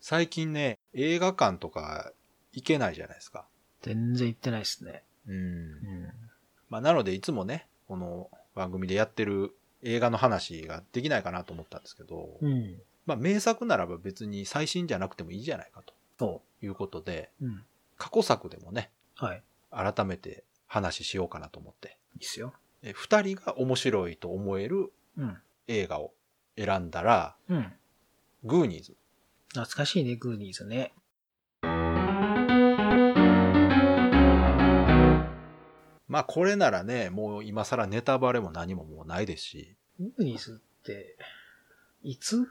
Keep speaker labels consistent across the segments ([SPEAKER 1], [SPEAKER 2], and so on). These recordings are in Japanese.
[SPEAKER 1] 最近ね、映画館とか行けないじゃないですか。
[SPEAKER 2] 全然行ってないですね。
[SPEAKER 1] うん
[SPEAKER 2] う。ん。
[SPEAKER 1] まあ、なのでいつもね、この番組でやってる映画の話ができないかなと思ったんですけど、
[SPEAKER 2] うん。
[SPEAKER 1] まあ、名作ならば別に最新じゃなくてもいいじゃないかと
[SPEAKER 2] そ
[SPEAKER 1] いうことで、
[SPEAKER 2] う。うん。
[SPEAKER 1] 過去作でもね、
[SPEAKER 2] はい。
[SPEAKER 1] 改めて話しようかなと思って、
[SPEAKER 2] いいっすよ。
[SPEAKER 1] え二人が面白いと思える
[SPEAKER 2] うん。
[SPEAKER 1] 映画を選んだら、
[SPEAKER 2] うん。
[SPEAKER 1] グーニーズ。
[SPEAKER 2] 懐かしいね、グーニーズね。
[SPEAKER 1] まあこれならね、もう今更ネタバレも何ももうないです し、
[SPEAKER 2] グーニーズって、いつ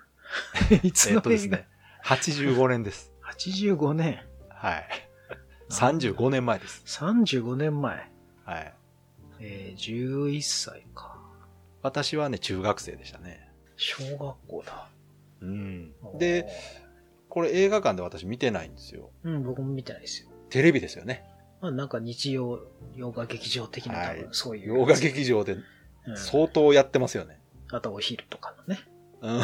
[SPEAKER 2] い つ
[SPEAKER 1] え
[SPEAKER 2] の
[SPEAKER 1] っとです
[SPEAKER 2] 映画、
[SPEAKER 1] ね、85年です。
[SPEAKER 2] ?85 年。
[SPEAKER 1] はい。35年前です。
[SPEAKER 2] 35年前。
[SPEAKER 1] はい。
[SPEAKER 2] えー、11歳か。
[SPEAKER 1] 私はね、中学生でしたね。
[SPEAKER 2] 小学校だ。
[SPEAKER 1] うん。で、、これ映画館で私見てないんですよ。
[SPEAKER 2] うん、僕も見てないですよ。
[SPEAKER 1] テレビですよね。
[SPEAKER 2] まあなんか日曜、洋画劇場的な、
[SPEAKER 1] はい
[SPEAKER 2] 多分そういう。
[SPEAKER 1] 洋画劇場で
[SPEAKER 2] うん
[SPEAKER 1] 相当やってますよね。
[SPEAKER 2] あとお昼とかの ね。
[SPEAKER 1] うん。
[SPEAKER 2] うん。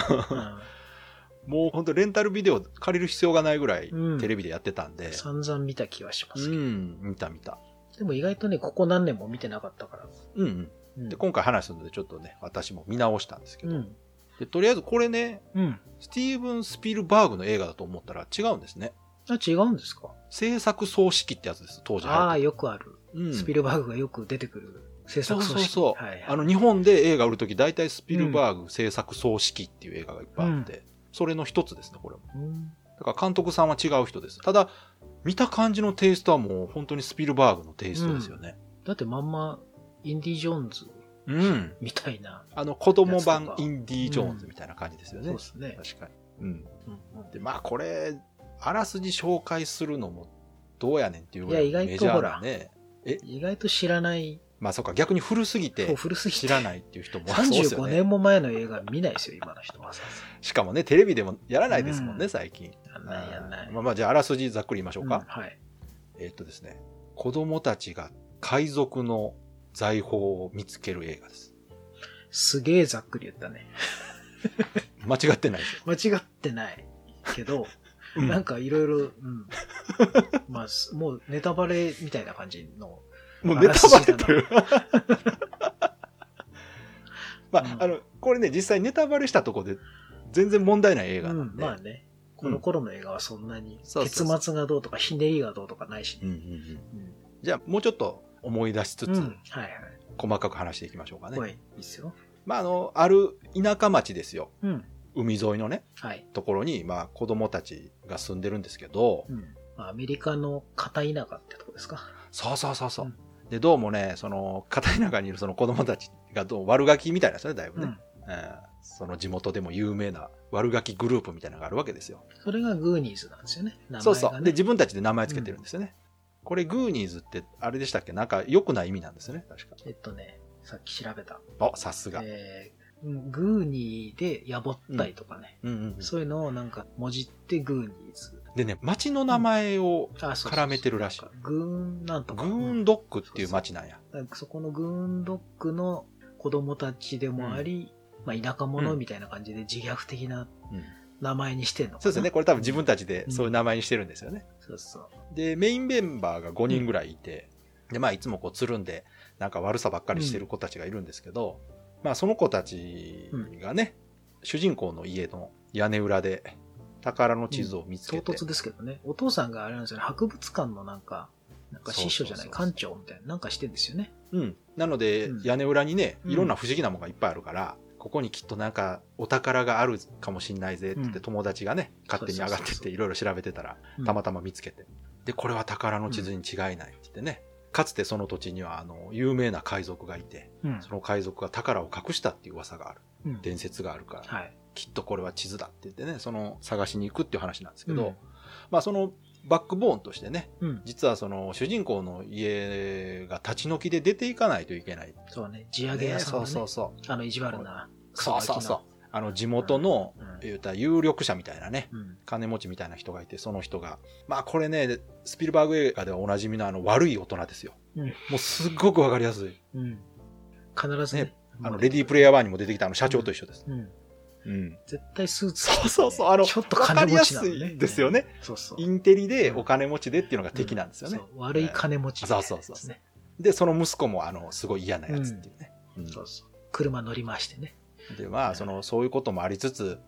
[SPEAKER 1] もうほんとレンタルビデオ借りる必要がないぐらい
[SPEAKER 2] うん
[SPEAKER 1] テレビでやってたんで。
[SPEAKER 2] 散々見た気はしま
[SPEAKER 1] う
[SPEAKER 2] すけど。
[SPEAKER 1] ん、見た見た。
[SPEAKER 2] でも意外とね、ここ何年も見てなかったから。
[SPEAKER 1] うんうん。
[SPEAKER 2] うん
[SPEAKER 1] で、今回話すのでちょっとね、私も見直したんですけ
[SPEAKER 2] う
[SPEAKER 1] ど。
[SPEAKER 2] ん。
[SPEAKER 1] でとりあえずこれね、
[SPEAKER 2] うん。
[SPEAKER 1] スティーブン・スピルバーグの映画だと思ったら違うんですね。
[SPEAKER 2] あ、違うんですか
[SPEAKER 1] 制作総指揮ってやつです、当時流行ってた。
[SPEAKER 2] ああ、よくある。
[SPEAKER 1] うん、
[SPEAKER 2] スピルバーグがよく出てくる制
[SPEAKER 1] そう
[SPEAKER 2] 作
[SPEAKER 1] そ
[SPEAKER 2] 組
[SPEAKER 1] う
[SPEAKER 2] 織。
[SPEAKER 1] そう。
[SPEAKER 2] はいはい
[SPEAKER 1] あの、日本で映画売るとき、大体スピルバーグ制作総指揮っていう映画がいっぱいあって、それの一つですね、これも。
[SPEAKER 2] うん
[SPEAKER 1] だから監督さんは違う人です。ただ、見た感じのテイストはもう本当にスピルバーグのテイストですよね。
[SPEAKER 2] だってまんま、インディ・ジョーンズ
[SPEAKER 1] うん。
[SPEAKER 2] みたいな。
[SPEAKER 1] あの、子供
[SPEAKER 2] やつと
[SPEAKER 1] 版
[SPEAKER 2] か
[SPEAKER 1] インディ・ジョーンズみたいな感じですよね。
[SPEAKER 2] そうですね。
[SPEAKER 1] 確かに。うん。
[SPEAKER 2] うんうん
[SPEAKER 1] で、まあこれ、あらすじ紹介するのもどうやねんっていうぐら
[SPEAKER 2] いや
[SPEAKER 1] い
[SPEAKER 2] 意
[SPEAKER 1] メジ
[SPEAKER 2] 外と
[SPEAKER 1] ャー
[SPEAKER 2] ほ
[SPEAKER 1] な
[SPEAKER 2] ら
[SPEAKER 1] ね。
[SPEAKER 2] 意外と知らない、
[SPEAKER 1] まあそうか、逆に古すぎ
[SPEAKER 2] こう
[SPEAKER 1] て
[SPEAKER 2] 古すぎて。
[SPEAKER 1] 知らないっていう人もそうです
[SPEAKER 2] 35
[SPEAKER 1] よね。
[SPEAKER 2] 年も前の映画見ないですよ、今の人は。
[SPEAKER 1] しかもね、テレビでもやらないですもんね、
[SPEAKER 2] うん
[SPEAKER 1] 最近。
[SPEAKER 2] やんないやんない。
[SPEAKER 1] まあまあじゃああらすじざっくり言いましょう
[SPEAKER 2] うん
[SPEAKER 1] か。
[SPEAKER 2] はい。
[SPEAKER 1] えっとですね、子供たちが海賊の財宝を見つける映画です。
[SPEAKER 2] すげえざっくり言ったね。
[SPEAKER 1] 間違ってないですよ。
[SPEAKER 2] 間違ってないけど、
[SPEAKER 1] うん
[SPEAKER 2] なんかいろいろ、うん。 まあ、すもうネタバレみたいな感じの。
[SPEAKER 1] もうネタバレてる。 まあ、
[SPEAKER 2] うん
[SPEAKER 1] あの、これね、実際ネタバレしたとこで全然問題ない映画
[SPEAKER 2] う
[SPEAKER 1] なん
[SPEAKER 2] ん、
[SPEAKER 1] で。
[SPEAKER 2] まあね。この頃の映画はそんなに、
[SPEAKER 1] そうそうそう
[SPEAKER 2] 結末がどうとか、ひねりがどうとかないし
[SPEAKER 1] うん
[SPEAKER 2] ね。
[SPEAKER 1] うんうん
[SPEAKER 2] うん。
[SPEAKER 1] じゃあもうちょっと思い出しつ
[SPEAKER 2] うん。
[SPEAKER 1] つ
[SPEAKER 2] はいはい。
[SPEAKER 1] 細かく話していきましょうかね。
[SPEAKER 2] はい。いいっすよ。
[SPEAKER 1] まああのある田舎町ですよ
[SPEAKER 2] うん。
[SPEAKER 1] 海沿いのね
[SPEAKER 2] はい。
[SPEAKER 1] ところにまあ子供たちが住んでるんですけど、
[SPEAKER 2] うん。まあアメリカの片田舎ってとこですか。
[SPEAKER 1] そうそうそうそう。
[SPEAKER 2] うん
[SPEAKER 1] でどうもねその片田舎にいるその子供たちがどう悪ガキみたいなんですよねだいぶね、
[SPEAKER 2] うん。
[SPEAKER 1] うんその地元でも有名な悪ガキグループみたいなのがあるわけですよ。
[SPEAKER 2] それがグーニーズなんですよね。名前がね
[SPEAKER 1] そうそう。で自分たちで名前つけてるんですよね。これグーニーズってあれでしたっけなんか良くない意味なんですよね確か。
[SPEAKER 2] えっとね、さっき調べた。
[SPEAKER 1] あさすが。
[SPEAKER 2] えーうんグーニーでやぼったいとかね。
[SPEAKER 1] うんうんうん
[SPEAKER 2] そういうのをなんか、文字ってグーニーズ。
[SPEAKER 1] でね町の名前を
[SPEAKER 2] あ、そうそうそう
[SPEAKER 1] 絡めてるらしい
[SPEAKER 2] なんかグーンなんと
[SPEAKER 1] グ
[SPEAKER 2] か。
[SPEAKER 1] ーンドックっていう町なんや。
[SPEAKER 2] なんかそこのグーンドッグの子供たちでもあり、まあ田舎者みたいな感じで自虐的な
[SPEAKER 1] うん
[SPEAKER 2] 名前にしてんのかな
[SPEAKER 1] そうですよね。これ多分自分たちでそういう名前にしてるんですよね。
[SPEAKER 2] そうそう。
[SPEAKER 1] で、メインメンバーが5人ぐらいいて、で、まあいつもこうつるんで、なんか悪さばっかりしてる子たちがいるんですけど、まあその子たちがね、主人公の家の屋根裏で宝の地図を見つ
[SPEAKER 2] 唐
[SPEAKER 1] けて、
[SPEAKER 2] 突ですけどね。お父さんがあれなんですよね、博物館のなんか、なんか師匠じゃない、
[SPEAKER 1] そうそうそうそう
[SPEAKER 2] 館長みたいな、なんかしてんですよね。
[SPEAKER 1] うん。なので
[SPEAKER 2] うん
[SPEAKER 1] 屋根裏にね、
[SPEAKER 2] うん
[SPEAKER 1] いろんな不思議なものがいっぱいあるから、ここにきっとなんかお宝があるかもしんないぜって言って
[SPEAKER 2] うん
[SPEAKER 1] 友達がね、勝手に上がっ
[SPEAKER 2] そう
[SPEAKER 1] て
[SPEAKER 2] そ
[SPEAKER 1] っ
[SPEAKER 2] うそう
[SPEAKER 1] て
[SPEAKER 2] そう
[SPEAKER 1] いろいろ調べてたら、たま
[SPEAKER 2] た
[SPEAKER 1] たま見つけて。で、これは宝の地図に違いないって言ってね。かつてその土地には、あの、有名な海賊がいて、
[SPEAKER 2] ま。
[SPEAKER 1] その海賊が宝を隠したっていう噂がある。
[SPEAKER 2] うん。うん
[SPEAKER 1] 伝説があるから、
[SPEAKER 2] はい。
[SPEAKER 1] きっとこれは地図だって言ってね、その探しに行くっていう話なんですけど、
[SPEAKER 2] うん
[SPEAKER 1] まあそのバックボーンとしてね、
[SPEAKER 2] うん。
[SPEAKER 1] 実はその主人公の家が立ち退きで出ていかないといけない。
[SPEAKER 2] そうね、地上げ屋
[SPEAKER 1] ね
[SPEAKER 2] さん
[SPEAKER 1] そ
[SPEAKER 2] の
[SPEAKER 1] うそう
[SPEAKER 2] ね、
[SPEAKER 1] そう。
[SPEAKER 2] あの、意地悪な、
[SPEAKER 1] そうそうそう。あの、地元の、
[SPEAKER 2] うん
[SPEAKER 1] 言うたら有力者みたいなね、
[SPEAKER 2] うん。
[SPEAKER 1] 金持ちみたいな人がいて、その人が、まあこれね、スピルバーグ映画ではおなじみのあの悪い大人ですよ。
[SPEAKER 2] うん
[SPEAKER 1] もうすっごくわかりやすい。
[SPEAKER 2] うん。必ずね
[SPEAKER 1] ね、あの、レディープレイヤー1にも出てきたあの社長と一緒です。
[SPEAKER 2] うん。
[SPEAKER 1] うん。
[SPEAKER 2] 絶対スーツ着てて
[SPEAKER 1] そうそうそう、あの、
[SPEAKER 2] ちょっと
[SPEAKER 1] わか
[SPEAKER 2] 金
[SPEAKER 1] り
[SPEAKER 2] 持
[SPEAKER 1] や
[SPEAKER 2] ちな
[SPEAKER 1] す
[SPEAKER 2] の
[SPEAKER 1] いですよね。
[SPEAKER 2] そうそう
[SPEAKER 1] インテリでお金持ちでっていうのが敵なんですよね。
[SPEAKER 2] そう悪い金持ちみたいなやつです
[SPEAKER 1] そ
[SPEAKER 2] ね
[SPEAKER 1] うそうで、その息子も、あの、すごい嫌なやつっていうね。うん
[SPEAKER 2] そうそう車乗りましてね
[SPEAKER 1] で、まあ、その、そういうこともありつつ、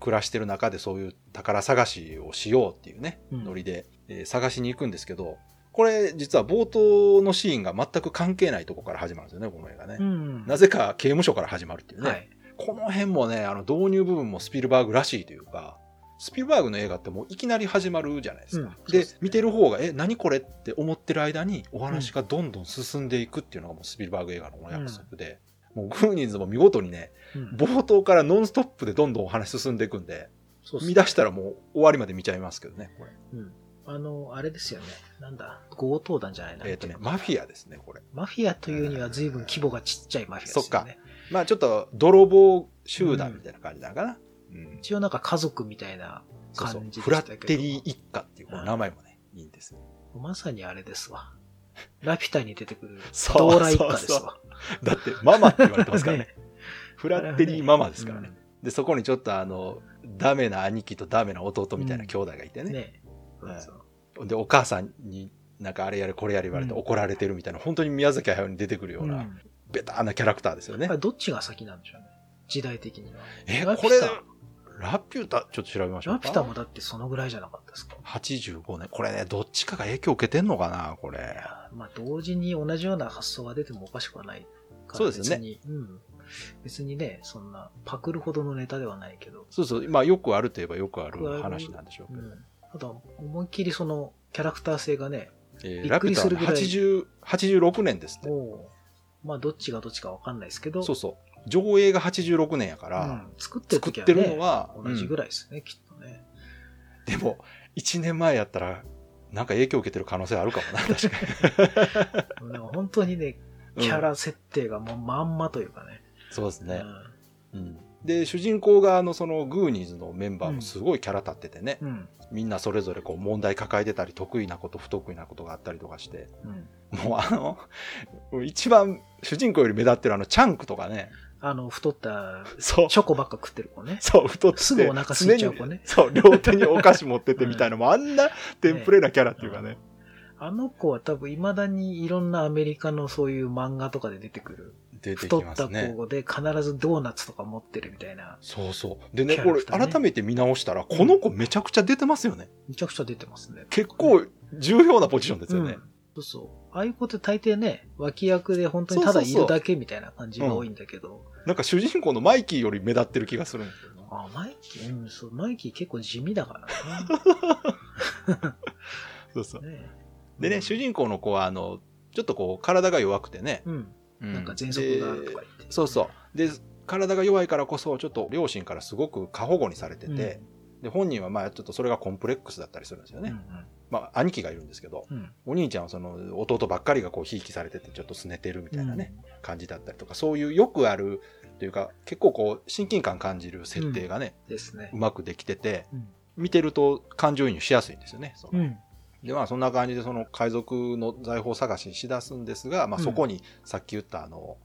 [SPEAKER 1] 暮らしてる中でそういう宝探しをしようっていうね、
[SPEAKER 2] うん
[SPEAKER 1] ノリで、えー探しに行くんですけど、これ実は冒頭のシーンが全く関係ないとこから始まるんですよね、この映画ね。
[SPEAKER 2] ん
[SPEAKER 1] なぜか刑務所から始まるっていうね。
[SPEAKER 2] はい
[SPEAKER 1] この辺もね、あの導入部分もスピルバーグらしいというか、スピルバーグの映画ってもういきなり始まるじゃないですか。
[SPEAKER 2] うんそう
[SPEAKER 1] で
[SPEAKER 2] ですね
[SPEAKER 1] 見てる方が、え、何これって思ってる間にお話がどんどん進んでいくっていうのがもうスピルバーグ映画のお約束で、もうグーニーズも見事にね、
[SPEAKER 2] うん
[SPEAKER 1] 冒頭からノンストップでどんどんお話進んでいくんで、
[SPEAKER 2] そうそう
[SPEAKER 1] 見出したらもう終わりまで見ちゃいますけどね、これ。
[SPEAKER 2] うんあのあれですよねなんだ強盗団じゃないな
[SPEAKER 1] えっ、とね、マフィアですね、これ。
[SPEAKER 2] マフィアというには随分規模がちっちゃいマフィアですよね
[SPEAKER 1] そっかまあちょっと泥棒集団みたいな感じなのかな。うん
[SPEAKER 2] 一応なんか家族みたいな
[SPEAKER 1] そうそう
[SPEAKER 2] 感じで
[SPEAKER 1] フ
[SPEAKER 2] した
[SPEAKER 1] ラ
[SPEAKER 2] けど
[SPEAKER 1] ッテリー一家っていうこの名前もね、いいんですよ
[SPEAKER 2] まさにあれですわラピュタに出てくる
[SPEAKER 1] そう
[SPEAKER 2] ドーラ一家です
[SPEAKER 1] そう
[SPEAKER 2] わ
[SPEAKER 1] そうだって、ママって言われてますからね。
[SPEAKER 2] ね
[SPEAKER 1] フラッテリーママですからね。で、そこにちょっとあの、ダメな兄貴とダメな弟みたいな兄弟がいて
[SPEAKER 2] うん
[SPEAKER 1] ね。
[SPEAKER 2] ね
[SPEAKER 1] はい
[SPEAKER 2] そう
[SPEAKER 1] で、お母さんになんかあれやれこれやれ言われて
[SPEAKER 2] うん
[SPEAKER 1] 怒られてるみたいな、本当に宮崎駿に出てくるよう
[SPEAKER 2] うん
[SPEAKER 1] な、ベターなキャラクターですよ
[SPEAKER 2] や
[SPEAKER 1] ね
[SPEAKER 2] っぱ。りどっちが先なんでしょうね時代的には
[SPEAKER 1] え、
[SPEAKER 2] ラピ
[SPEAKER 1] こ
[SPEAKER 2] ュ
[SPEAKER 1] れ
[SPEAKER 2] タ、
[SPEAKER 1] ラピュタ、ちょっと調べましょう
[SPEAKER 2] ラ
[SPEAKER 1] か。
[SPEAKER 2] ピュタもだってそのぐらいじゃなかったですか
[SPEAKER 1] 85年。これね、どっちかが影響受けてんのかな、こ
[SPEAKER 2] い
[SPEAKER 1] れ。
[SPEAKER 2] やまあ同時に同じような発想が出てもおかしくはないから
[SPEAKER 1] そうですね
[SPEAKER 2] 別に、うん、別にねそんなパクるほどのネタではないけど、
[SPEAKER 1] そうそう、まあよくあるといえばよくある話なんでしょう
[SPEAKER 2] う
[SPEAKER 1] けど。
[SPEAKER 2] ん、あとは思いっきりそのキャラクター性がね
[SPEAKER 1] え
[SPEAKER 2] び
[SPEAKER 1] ー
[SPEAKER 2] っ
[SPEAKER 1] ラ
[SPEAKER 2] く
[SPEAKER 1] ピ
[SPEAKER 2] り
[SPEAKER 1] ュタ
[SPEAKER 2] す
[SPEAKER 1] は
[SPEAKER 2] るぐらい
[SPEAKER 1] 80 86年ですって。
[SPEAKER 2] もうまあどっちがどっちかわかんないですけど
[SPEAKER 1] そうそう。上映が86年やか
[SPEAKER 2] う
[SPEAKER 1] ら、
[SPEAKER 2] ん作ってる
[SPEAKER 1] 作
[SPEAKER 2] 時
[SPEAKER 1] っ
[SPEAKER 2] は、
[SPEAKER 1] て
[SPEAKER 2] ね、
[SPEAKER 1] るのは、
[SPEAKER 2] 同じぐ
[SPEAKER 1] ら
[SPEAKER 2] らいですね、きっとね
[SPEAKER 1] い。でも、1年前やったら、なんか影響受けてる可能性あるか もな、確か
[SPEAKER 2] でも本当にね
[SPEAKER 1] に。
[SPEAKER 2] キャ
[SPEAKER 1] うん
[SPEAKER 2] ラ設定がもうまんまというかね,
[SPEAKER 1] そうです
[SPEAKER 2] うん、
[SPEAKER 1] ね。うんで、主人公側のそのグーニーズのメンバーもすごいキャラ立っててね、
[SPEAKER 2] うん
[SPEAKER 1] みんなそれぞれこう問題抱えてたり、得意なこと、不得意なことがあったりとかして、
[SPEAKER 2] うん
[SPEAKER 1] もうあの、一番主人公より目立ってるあの、チャンクとかね、
[SPEAKER 2] あの太った
[SPEAKER 1] そう、
[SPEAKER 2] チョコばっか食ってる子ね
[SPEAKER 1] そう、太ってて、
[SPEAKER 2] すぐお腹空いちゃう子ね
[SPEAKER 1] 常にそう、両手にお菓子持っててみたいな、もうあん なテンプレなキャラっていうかね、
[SPEAKER 2] あの子は多分未だにいろんなアメリカのそういう漫画とかで出てくる。
[SPEAKER 1] 出て
[SPEAKER 2] 太
[SPEAKER 1] き
[SPEAKER 2] っ
[SPEAKER 1] ま
[SPEAKER 2] た
[SPEAKER 1] すね。
[SPEAKER 2] 子で必ずドーナツとか持ってるみたいな。
[SPEAKER 1] そうそう。でね、
[SPEAKER 2] キャ
[SPEAKER 1] こ
[SPEAKER 2] ラ
[SPEAKER 1] れ
[SPEAKER 2] クターね
[SPEAKER 1] 改めて見直したら、この子めちゃくちゃ出てますよね。
[SPEAKER 2] めちゃくちゃ出てますね。
[SPEAKER 1] 結構重要なポジションですよね。
[SPEAKER 2] うん。そうそう。ああいう子って大抵ね、脇役で本当にただいるだけみたいな感じが多いんだけど。
[SPEAKER 1] なんか主人公のマイキーより目立ってる気がするんですよね
[SPEAKER 2] あ、マイキー、うん、そう、マイキー結構地味だから
[SPEAKER 1] そうそう。
[SPEAKER 2] ね。ね
[SPEAKER 1] でね、主人公の子は、あの、ちょっとこう、体が弱くてね。
[SPEAKER 2] うん。
[SPEAKER 1] な
[SPEAKER 2] なんか喘息があるとか言って。
[SPEAKER 1] そうそう。で、体が弱いからこそ、ちょっと両親からすごく過保護にされて
[SPEAKER 2] うん。
[SPEAKER 1] て、で、本人はまあ、ちょっとそれがコンプレックスだったりするんですよ
[SPEAKER 2] うん。
[SPEAKER 1] ね。
[SPEAKER 2] うん
[SPEAKER 1] まあ、兄貴がいるんですけど、
[SPEAKER 2] うん。
[SPEAKER 1] お兄ちゃんはその、弟ばっかりがこう、ひいきされてて、ちょっと拗ねてるみたいなね。感じだったりとか、そういうよくあるというか、結構こう、親近感感じる設定がね、
[SPEAKER 2] うん。ですね
[SPEAKER 1] う。まくできてて、
[SPEAKER 2] うん。
[SPEAKER 1] 見てると感情移入しやすいんですよね。その
[SPEAKER 2] うん。
[SPEAKER 1] で、まあそんな感じで、その海賊の財宝探しにしだすんですが、まあ
[SPEAKER 2] うん
[SPEAKER 1] そこにさっき言ったあの、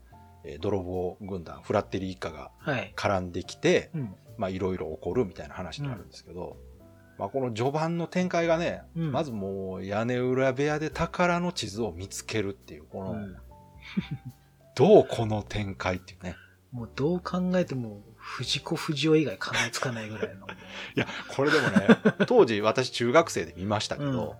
[SPEAKER 1] えー泥棒軍団、フラッテリー一家が
[SPEAKER 2] はい。
[SPEAKER 1] 絡んできて、
[SPEAKER 2] うん。
[SPEAKER 1] まあいろいろ起こるみたいな話になるんですけど、まあこの序盤の展開がね、
[SPEAKER 2] うん
[SPEAKER 1] まずもう屋根裏部屋で宝の地図を見つけるっていう、こ
[SPEAKER 2] う
[SPEAKER 1] の、
[SPEAKER 2] ん。
[SPEAKER 1] どうこの展開っていうね。
[SPEAKER 2] もうどう考えても、藤子不二雄以外考えつかないぐらいの。
[SPEAKER 1] いや、これでも ね、当時私中学生で見ましたけど、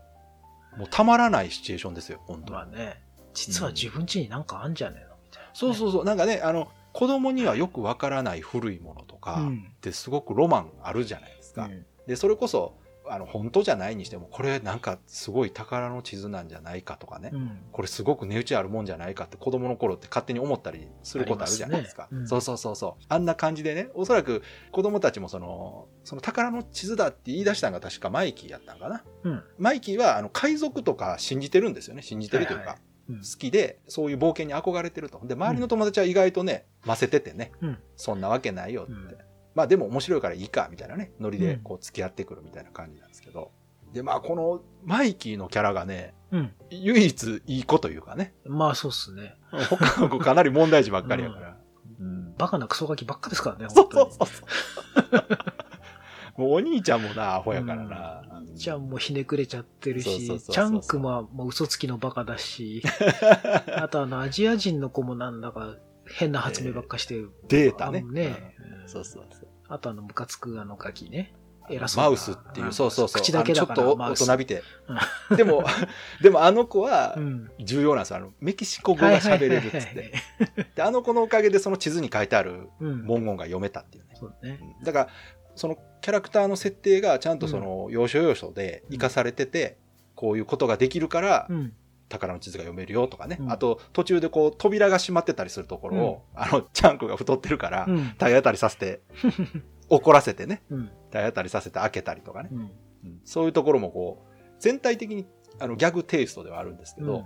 [SPEAKER 1] もうたまらないシチュエーションですよ、本当
[SPEAKER 2] まあね、実は自分家になんかあんじゃねえのみたいな、
[SPEAKER 1] そうそうそう、なんかね、あの、子供にはよくわからない古いものとか
[SPEAKER 2] う
[SPEAKER 1] っ
[SPEAKER 2] ん。
[SPEAKER 1] てすごくロマンあるじゃないですか。
[SPEAKER 2] うん
[SPEAKER 1] で、それこそ、あの、本当じゃないにしても、これなんかすごい宝の地図なんじゃないかとかね。
[SPEAKER 2] うん。
[SPEAKER 1] これすごく値打ちあるもんじゃないかって子供の頃って勝手に思ったりすることあるじゃないですか。
[SPEAKER 2] ありますねうん
[SPEAKER 1] そうそうそうそう。あんな感じでね、おそらく子供たちもその、その宝の地図だって言い出したのが確かマイキーやったんかな。
[SPEAKER 2] うん。
[SPEAKER 1] マイキーはあの海賊とか信じてるんですよね。信じてるという
[SPEAKER 2] はいは
[SPEAKER 1] か
[SPEAKER 2] い。うん
[SPEAKER 1] 好きで、そういう冒険に憧れてると。で、周りの友達は意外とね、ませててね、
[SPEAKER 2] うん
[SPEAKER 1] そんなわけないよって。
[SPEAKER 2] うん
[SPEAKER 1] まあでも面白いからいいか、みたいなね、ノリ
[SPEAKER 2] う
[SPEAKER 1] で
[SPEAKER 2] ん
[SPEAKER 1] こう付き合ってくるみたいな感じなんですけど。で、まあこのマイキーのキャラがね、
[SPEAKER 2] うん。
[SPEAKER 1] 唯一いい子というかね、
[SPEAKER 2] まあそうっすね。
[SPEAKER 1] 他の子かなり問題児ばっかりやから。うん
[SPEAKER 2] バカなクソガキばっかですからね、
[SPEAKER 1] そ
[SPEAKER 2] 本
[SPEAKER 1] うそうそう
[SPEAKER 2] 当に。
[SPEAKER 1] そう。もうお兄ちゃんもな、アホやからな。
[SPEAKER 2] ちゃんもひねくれちゃってる
[SPEAKER 1] そうそうそう
[SPEAKER 2] し、
[SPEAKER 1] そう
[SPEAKER 2] チャンクはもう嘘つきのバカだ し、あとあのアジア人の子もなんだか変な発明ばっかしてる。
[SPEAKER 1] データね
[SPEAKER 2] あ。のね
[SPEAKER 1] うんそうそうそう。
[SPEAKER 2] あとあのムカつくあのガキね。偉そうな
[SPEAKER 1] マウスっていう、そうそうそう。
[SPEAKER 2] 口だけだから
[SPEAKER 1] あのちょっと
[SPEAKER 2] マ
[SPEAKER 1] 大
[SPEAKER 2] ウス
[SPEAKER 1] 人びて。で も、でもあの子は
[SPEAKER 2] うん。
[SPEAKER 1] 重要なんですよ。あの、メキシコ語が喋れるっつ
[SPEAKER 2] はい
[SPEAKER 1] っ
[SPEAKER 2] はいはい
[SPEAKER 1] て。で、あの子のおかげでその地図に書いてある
[SPEAKER 2] うん。
[SPEAKER 1] 文言が読めたっていうね。
[SPEAKER 2] そうね
[SPEAKER 1] う。んだから、そのキャラクターの設定がちゃんとその要所要所で活かされてて、こういうことができるから
[SPEAKER 2] う、ん。
[SPEAKER 1] 宝の地図が読めるよとかね、
[SPEAKER 2] うん
[SPEAKER 1] あと途中でこう扉が閉まってたりするところを、あのチャンクが太ってるから、
[SPEAKER 2] うん。
[SPEAKER 1] 体当たりさせ て怒らせてね
[SPEAKER 2] うん。
[SPEAKER 1] 体当たりさせて開けたりとかね、
[SPEAKER 2] うん。
[SPEAKER 1] うんそういうところもこう全体的にあのギャグテイストではあるんですけど、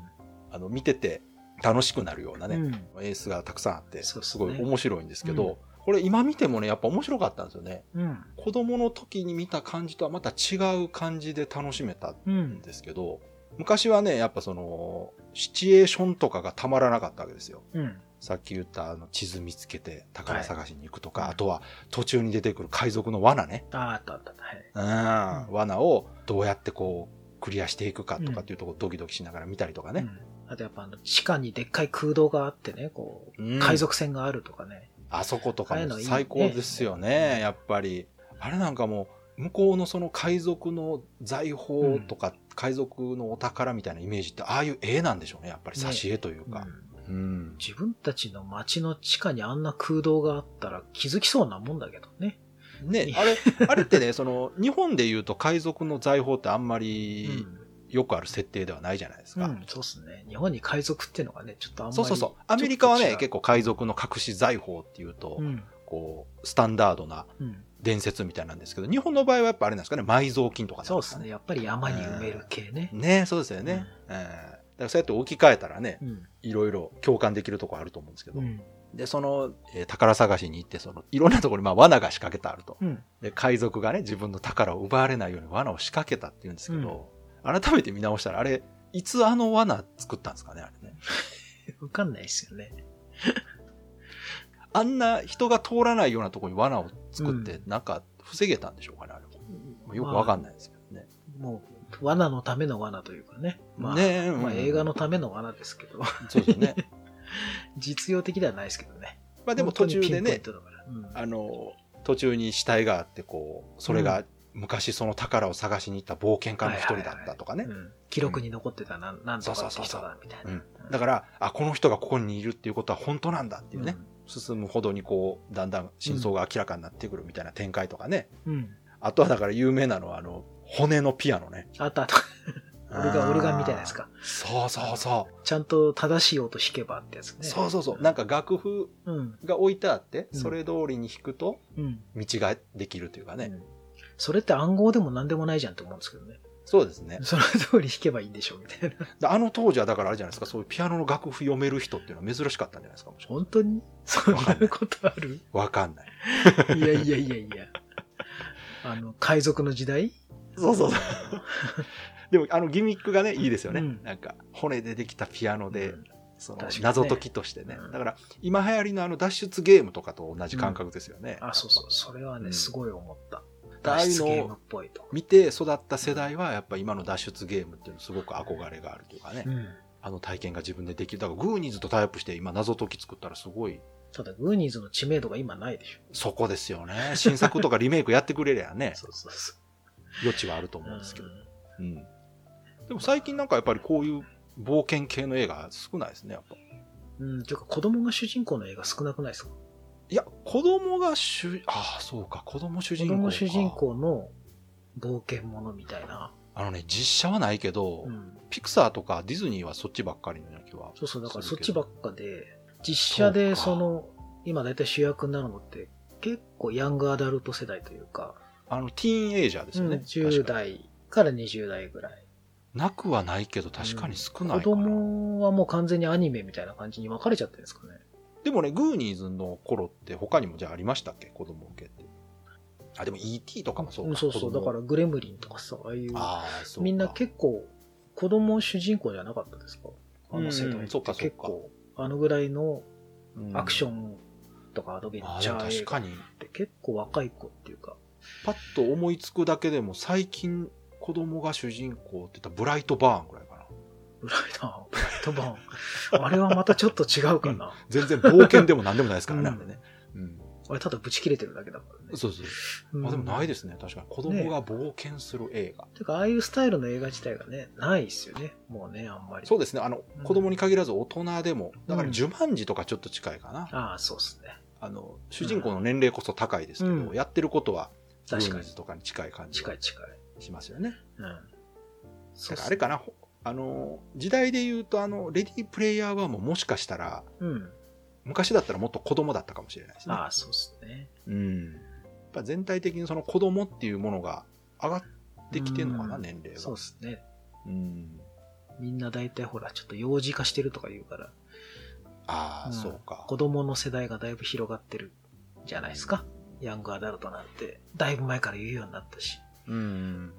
[SPEAKER 1] あの見てて楽しくなるような
[SPEAKER 2] う
[SPEAKER 1] ね、
[SPEAKER 2] ん。
[SPEAKER 1] 演出がたくさんあって
[SPEAKER 2] そうですす
[SPEAKER 1] ご
[SPEAKER 2] ね
[SPEAKER 1] い面白いんですけど、これ今見てもねやっぱ面白かったんですよね
[SPEAKER 2] うん。
[SPEAKER 1] 子供の時に見た感じとはまた違う感じで楽しめた
[SPEAKER 2] う
[SPEAKER 1] なん
[SPEAKER 2] ん。
[SPEAKER 1] ですけど、昔はね、やっぱその、シチュエーションとかがたまらなかったわけですよ。
[SPEAKER 2] うん。
[SPEAKER 1] さっき言ったあの地図見つけて宝探しに行くとか、
[SPEAKER 2] はい
[SPEAKER 1] あとは途中に出てくる海賊の罠ね。
[SPEAKER 2] ああ、あったあったあった。はい。
[SPEAKER 1] うん、罠をどうやってこう、クリアしていくかとかっていうとこドキドキしながら見たりとかね。
[SPEAKER 2] うんあとやっぱあの地下にでっかい空洞があってね、こう、
[SPEAKER 1] うん
[SPEAKER 2] 海賊船があるとかね。
[SPEAKER 1] あそことか
[SPEAKER 2] ああいう
[SPEAKER 1] も
[SPEAKER 2] のいいね
[SPEAKER 1] 最高ですよね、やっぱり。あれなんかもう、向こうのその海賊の財宝とか、海賊のお宝みたいなイメージって、ああいう絵なんでしょうね、やっぱり挿絵というか。
[SPEAKER 2] うん
[SPEAKER 1] うん
[SPEAKER 2] 自分たちの街の地下にあんな空洞があったら気づきそうなもんだけどね。
[SPEAKER 1] ね
[SPEAKER 2] い、や
[SPEAKER 1] あれ、あれってね、その、日本で言うと海賊の財宝ってあんまりよくある設定ではないじゃないです
[SPEAKER 2] うん、
[SPEAKER 1] か。
[SPEAKER 2] うんそうっすね。日本に海賊っていうのがね、ちょっとあんまり。
[SPEAKER 1] そうそうそう。アメリカはね、結
[SPEAKER 2] 構。
[SPEAKER 1] 構海賊の隠し財宝っていうと、
[SPEAKER 2] うん。
[SPEAKER 1] こう、スタンダードな
[SPEAKER 2] うん。
[SPEAKER 1] 伝説みたいなんですけど、日本の場合はやっぱあれなんですかね、埋蔵金とかなん
[SPEAKER 2] そ
[SPEAKER 1] で
[SPEAKER 2] うっ
[SPEAKER 1] す
[SPEAKER 2] す
[SPEAKER 1] か
[SPEAKER 2] ね。。やっぱり山に埋める系ね。
[SPEAKER 1] ね、そうですよね。うん。だからそうやって置き換えたらね、
[SPEAKER 2] うん。
[SPEAKER 1] いろいろ共感できるとこあると思うんですけど、
[SPEAKER 2] うん。
[SPEAKER 1] で、その、えー宝探しに行って、その、いろんなところに、まあ、罠が仕掛けてあると。
[SPEAKER 2] うん。
[SPEAKER 1] で、海賊がね、自分の宝を奪われないように罠を仕掛けたっていうんですけど、改めて見直したら、あれ、いつあの罠作ったんですかね、あれね。
[SPEAKER 2] わかんないっすよね。
[SPEAKER 1] あんな人が通らないようなところに罠を作って、なんか防げたんでしょうかね、あれも。よくわかん
[SPEAKER 2] い。
[SPEAKER 1] ないですけどね。
[SPEAKER 2] もう、罠のための罠というかね。まあ、
[SPEAKER 1] ねえうん
[SPEAKER 2] まあ映画のための罠ですけど、
[SPEAKER 1] そうですね。
[SPEAKER 2] 実用的ではないですけどね。
[SPEAKER 1] まあでも途中でね
[SPEAKER 2] 本、当にピンポイントだから
[SPEAKER 1] あの、途中に死体があって、こう、それが昔その宝を探しに行った冒険家の一人だったとかね
[SPEAKER 2] うん。うん記録に残ってたなんなんとかって
[SPEAKER 1] そうそ
[SPEAKER 2] 人
[SPEAKER 1] うそう
[SPEAKER 2] だみたいうな。
[SPEAKER 1] んだから、あ、この人がここにいるっていうことは本当なんだっていうね。進むほどにこう、だんだん真相が明らかになってくるみたいな展開とかね。
[SPEAKER 2] うん。うん。
[SPEAKER 1] あとはだから有名なのは、あの、骨のピアノね。
[SPEAKER 2] あったあった。オルガン、オルガンみたいなやつ。か。
[SPEAKER 1] そうそうそう。
[SPEAKER 2] ちゃんと正しい音弾けばってやつね。
[SPEAKER 1] そうそうそう。なんか楽譜
[SPEAKER 2] うん。
[SPEAKER 1] が置いてあって、
[SPEAKER 2] うん
[SPEAKER 1] それ通りに弾くと
[SPEAKER 2] うん。
[SPEAKER 1] 道ができるというかね。
[SPEAKER 2] うんそれって暗号でも何でもないじゃんって思うんですけどね。
[SPEAKER 1] そうですね。
[SPEAKER 2] その通り弾けばいいんでしょうみたいな。
[SPEAKER 1] であの当時はだからあれじゃないですか、そういうピアノの楽譜読める人っていうのは珍しかったんじゃないですか、もしか
[SPEAKER 2] 本当にそんなことある
[SPEAKER 1] わかんない。
[SPEAKER 2] いやいやいやいや。あの、海賊の時代
[SPEAKER 1] そうそうそう。 でもあのギミックがね、いいですよね。
[SPEAKER 2] うん
[SPEAKER 1] なんか、骨でできたピアノで、
[SPEAKER 2] うん
[SPEAKER 1] その
[SPEAKER 2] 確かにね
[SPEAKER 1] 謎解きとしてね
[SPEAKER 2] うん
[SPEAKER 1] だから今流行りのあの脱出ゲームとかと同じ感覚ですよね、
[SPEAKER 2] あ、そうそう。それは
[SPEAKER 1] う
[SPEAKER 2] ね、
[SPEAKER 1] ん
[SPEAKER 2] すごい思った。
[SPEAKER 1] ああ
[SPEAKER 2] 脱
[SPEAKER 1] いう
[SPEAKER 2] 出
[SPEAKER 1] のを
[SPEAKER 2] ゲームっぽいと。
[SPEAKER 1] 見て育った世代はやっぱ今の脱出ゲームっていうのすごく憧れがあるというかね、
[SPEAKER 2] うん。
[SPEAKER 1] あの体験が自分でできるだからグーニーズとタイアップして今謎解き作ったらすごい
[SPEAKER 2] ただ、グーニーズの知名度が今ないでしょ。
[SPEAKER 1] そこですよね新作とかリメイクやってくれりゃね
[SPEAKER 2] そうそうそう。
[SPEAKER 1] 余地はあると思うんですけど、うん、でも最近なんかやっぱりこういう冒険系の映画少ないですねやっぱ
[SPEAKER 2] うん。うん、ていうか子供が主人公の映画少なくないですか
[SPEAKER 1] いや子供が主ああそうか子供主
[SPEAKER 2] 子
[SPEAKER 1] 人公か
[SPEAKER 2] 供主人公の冒険者みたいな。
[SPEAKER 1] あのね実写はないけど、
[SPEAKER 2] うん。
[SPEAKER 1] ピクサーとかディズニーはそっちばっかりのような気は。
[SPEAKER 2] そうそう、だから
[SPEAKER 1] す
[SPEAKER 2] そ
[SPEAKER 1] る
[SPEAKER 2] っ
[SPEAKER 1] け
[SPEAKER 2] ち
[SPEAKER 1] ど
[SPEAKER 2] ばっかで、実写
[SPEAKER 1] そ
[SPEAKER 2] で
[SPEAKER 1] うか
[SPEAKER 2] その、今だいたい主役になるのって、結構ヤングアダルト世代というか、
[SPEAKER 1] あの、ティーンエイジャーですよね。
[SPEAKER 2] うん10
[SPEAKER 1] 確か
[SPEAKER 2] 代から20代ぐらい。
[SPEAKER 1] なくはないけど、確かに少な
[SPEAKER 2] 子
[SPEAKER 1] いかな、
[SPEAKER 2] 供はもう完全にアニメみたいな感じに分かれちゃってるんですかね。
[SPEAKER 1] でもね、グーニーズの頃って他にもじゃあありましたっけ子供受けって。あ、でも ET とかもそうか。
[SPEAKER 2] ん、そうそう。
[SPEAKER 1] 子
[SPEAKER 2] だ
[SPEAKER 1] 供
[SPEAKER 2] からグレムリンとかさ、ああいう、
[SPEAKER 1] ああ、そうか。
[SPEAKER 2] みんな結構、子供主人公じゃなかったですかあの世代って
[SPEAKER 1] うんそっかそっか
[SPEAKER 2] 結構、あのぐらいのアクショ
[SPEAKER 1] ン。
[SPEAKER 2] ンとかアドベン
[SPEAKER 1] ああ、
[SPEAKER 2] チ
[SPEAKER 1] で
[SPEAKER 2] ャ
[SPEAKER 1] も
[SPEAKER 2] ー映
[SPEAKER 1] 確
[SPEAKER 2] 画
[SPEAKER 1] か
[SPEAKER 2] っ
[SPEAKER 1] に。
[SPEAKER 2] て結構若い子っていうか、
[SPEAKER 1] パッと思いつくだけでも、最近子供が主人公って言ったらブライトバーンぐらいかな。
[SPEAKER 2] ブライト、ブライトバーン。あれはまたちょっと違うかな。
[SPEAKER 1] 全然冒険でも何でもないですからね、
[SPEAKER 2] う
[SPEAKER 1] あ
[SPEAKER 2] ん
[SPEAKER 1] れね。うん。
[SPEAKER 2] あれただブチ切れてるだけだからね。
[SPEAKER 1] そうそう。
[SPEAKER 2] うん
[SPEAKER 1] あでもないですね、確かに。子供が冒険する映画。
[SPEAKER 2] てか、ああいうスタイルの映画自体がね、ないっすよね。もうね、あんまり。
[SPEAKER 1] そうですね、あの、
[SPEAKER 2] うん
[SPEAKER 1] 子供に限らず大人でも、だか
[SPEAKER 2] う
[SPEAKER 1] ら、
[SPEAKER 2] ん
[SPEAKER 1] ジュマンジとかちょっと近いかな。
[SPEAKER 2] ああ、そうっすね。
[SPEAKER 1] あの、主人公の年齢こそ高いですけど、
[SPEAKER 2] うん
[SPEAKER 1] やってることは、ブ
[SPEAKER 2] 確
[SPEAKER 1] ー
[SPEAKER 2] か
[SPEAKER 1] ム
[SPEAKER 2] に。
[SPEAKER 1] ズとかに近い感じ
[SPEAKER 2] 近
[SPEAKER 1] が
[SPEAKER 2] い近い。
[SPEAKER 1] しますよね。
[SPEAKER 2] うん。そ
[SPEAKER 1] だ
[SPEAKER 2] っ
[SPEAKER 1] か
[SPEAKER 2] す
[SPEAKER 1] らあれかな、ほあの、時代で言うと、あの、レディープレイヤーはもうもしかしたら、
[SPEAKER 2] うん。
[SPEAKER 1] 昔だったらもっと子供だったかもしれないですね。
[SPEAKER 2] ああ、そうっすね。
[SPEAKER 1] うん。やっぱ全体的にその子供っていうものが上がってきてるのかな、
[SPEAKER 2] うん
[SPEAKER 1] 年齢は。
[SPEAKER 2] そうっすね。
[SPEAKER 1] うん。
[SPEAKER 2] みんな大体ほら、ちょっと幼児化してるとか言うから、
[SPEAKER 1] ああ、
[SPEAKER 2] うん
[SPEAKER 1] そうか。
[SPEAKER 2] 子供の世代がだいぶ広がってるじゃないですか。ヤングアダルトなんて、だいぶ前から言うようになったし。
[SPEAKER 1] うん。
[SPEAKER 2] うん。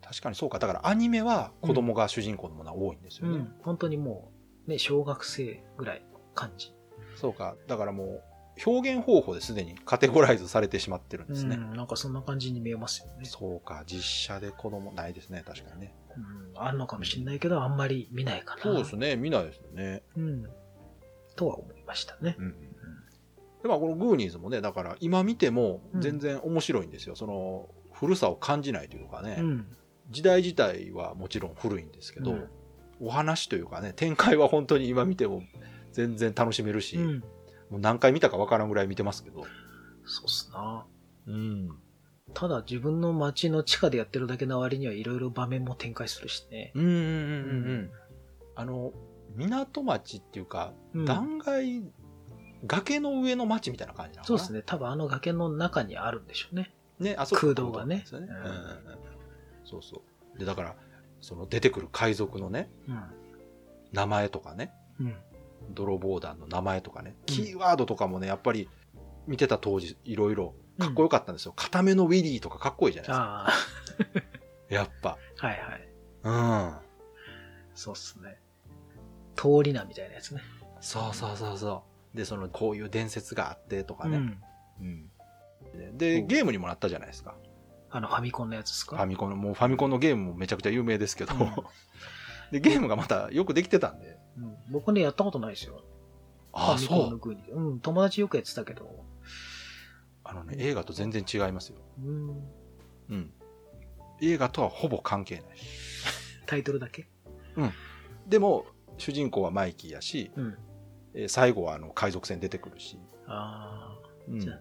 [SPEAKER 1] 確かにそうか。だからアニメは子供が主人公のものは多いんですよ
[SPEAKER 2] う
[SPEAKER 1] ね。
[SPEAKER 2] ん。本当にもう、ね、小学生ぐらいの感じ。
[SPEAKER 1] そうか。だからもう表現方法ですでにカテゴライズされてしまってるんですね。
[SPEAKER 2] うん、なんかそんな感じに見えますよね。
[SPEAKER 1] そうか。実写で子供ないですね。確かにね。
[SPEAKER 2] うん、あるのかもしれないけど、あんまり見ないかな。
[SPEAKER 1] そうですね。見ないですよね。
[SPEAKER 2] うん。とは思いましたね。
[SPEAKER 1] うん。でまあこのグーニーズもね、だから今見ても全然面白いんですよ。その古さを感じないというかね。
[SPEAKER 2] うん。
[SPEAKER 1] 時代自体はもちろん古いんですけど、
[SPEAKER 2] うん
[SPEAKER 1] お話というかね展開は本当に今見ても全然楽しめるし、
[SPEAKER 2] うん。
[SPEAKER 1] もう何回見たかわからんぐらい見てますけど、
[SPEAKER 2] そうっすな。
[SPEAKER 1] うん、
[SPEAKER 2] ただ自分の街の地下でやってるだけの割にはいろいろ場面も展開するしね。
[SPEAKER 1] うんうんうんうんうんあの港町っていうか、
[SPEAKER 2] うん
[SPEAKER 1] 断崖崖の上の町みたいな感じなのか
[SPEAKER 2] そう
[SPEAKER 1] な
[SPEAKER 2] ですね。多分あの崖の中にあるんでしょうね。
[SPEAKER 1] ねあそこ
[SPEAKER 2] 空洞がね
[SPEAKER 1] 空洞なんですようんうんう
[SPEAKER 2] うん
[SPEAKER 1] んそうそうでだからその出てくる海賊のね
[SPEAKER 2] うん。
[SPEAKER 1] 名前とかね
[SPEAKER 2] うん。
[SPEAKER 1] 泥棒団の名前とかね、キーワードとかもね、やっぱり見てた当時、いろいろかっこよかったんですよ。固めのウィリーとかかっこいいじゃないですか。
[SPEAKER 2] ああ、
[SPEAKER 1] やっぱ。
[SPEAKER 2] はいはい。
[SPEAKER 1] う
[SPEAKER 2] そうっすね。通り名みたいなやつね。
[SPEAKER 1] ん。そうそうそうそう。で、その、こういう伝説があってとか
[SPEAKER 2] う
[SPEAKER 1] ね。
[SPEAKER 2] ん。
[SPEAKER 1] うんで、
[SPEAKER 2] うん
[SPEAKER 1] ゲームにもなったじゃないですか。
[SPEAKER 2] あのファミコンのやつです
[SPEAKER 1] フ
[SPEAKER 2] か
[SPEAKER 1] ァミコンの、もうファミコンのゲームもめちゃくちゃ有名ですけど。
[SPEAKER 2] うん
[SPEAKER 1] で、ゲームがまたよくできてたんで。
[SPEAKER 2] うん、僕ね、やったことないですよ。
[SPEAKER 1] ああ、
[SPEAKER 2] ファミコン
[SPEAKER 1] そ
[SPEAKER 2] の
[SPEAKER 1] う。
[SPEAKER 2] グーに。うん、友達よくやってたけど。
[SPEAKER 1] あのね、映画と全然違いますよ。
[SPEAKER 2] うん。
[SPEAKER 1] うん。映画とはほぼ関係ない。
[SPEAKER 2] タイトルだけ
[SPEAKER 1] でも、主人公はマイキーやし、
[SPEAKER 2] うん。
[SPEAKER 1] えー最後はあの海賊船出てくるし、
[SPEAKER 2] ああ、
[SPEAKER 1] うん
[SPEAKER 2] じゃあ、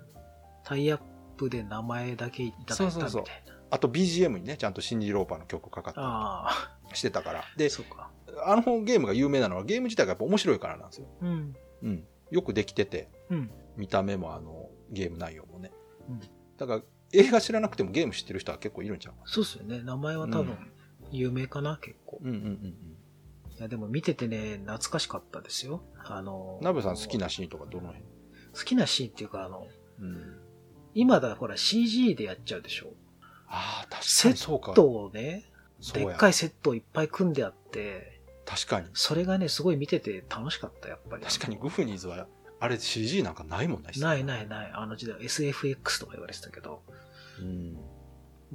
[SPEAKER 2] タイアップで名前だけいただいたみたいな。
[SPEAKER 1] そうそうそうあと BGM にねちゃんとシンディ・ローパーの曲かかった
[SPEAKER 2] あ
[SPEAKER 1] りしてたから
[SPEAKER 2] あ、
[SPEAKER 1] で
[SPEAKER 2] そうか。
[SPEAKER 1] あのゲームが有名なのはゲーム自体がやっぱ面白いからなんですよ、
[SPEAKER 2] うん。
[SPEAKER 1] うん、よくできてて
[SPEAKER 2] うん。
[SPEAKER 1] 見た目もあのゲーム内容もね、
[SPEAKER 2] うん
[SPEAKER 1] だから映画知らなくてもゲーム知ってる人は結構いるんちゃうかな
[SPEAKER 2] そうっすよね。名前は多
[SPEAKER 1] う
[SPEAKER 2] 分、有名かな、結構。
[SPEAKER 1] うんうんうん
[SPEAKER 2] いや、でも見ててね、懐かしかったですよ。あの
[SPEAKER 1] うん、、ナベさん好きなシーンとかどの辺、
[SPEAKER 2] 好きなシーンっていうか、あの、
[SPEAKER 1] うん、
[SPEAKER 2] 今だほら CG でやっちゃうでしょ。
[SPEAKER 1] ああ確
[SPEAKER 2] セ
[SPEAKER 1] か
[SPEAKER 2] ッ
[SPEAKER 1] にそうか
[SPEAKER 2] とをね、
[SPEAKER 1] そう
[SPEAKER 2] で
[SPEAKER 1] や
[SPEAKER 2] っかいセットをいっぱい組んであって、
[SPEAKER 1] 確かに
[SPEAKER 2] それがね、すごい見てて楽しかった、やっぱり。
[SPEAKER 1] 確かにグフニーズはあれ CG なんかないもんない
[SPEAKER 2] ない
[SPEAKER 1] い、
[SPEAKER 2] ないない。あの時代、SFX とか言われてたけど。
[SPEAKER 1] うん、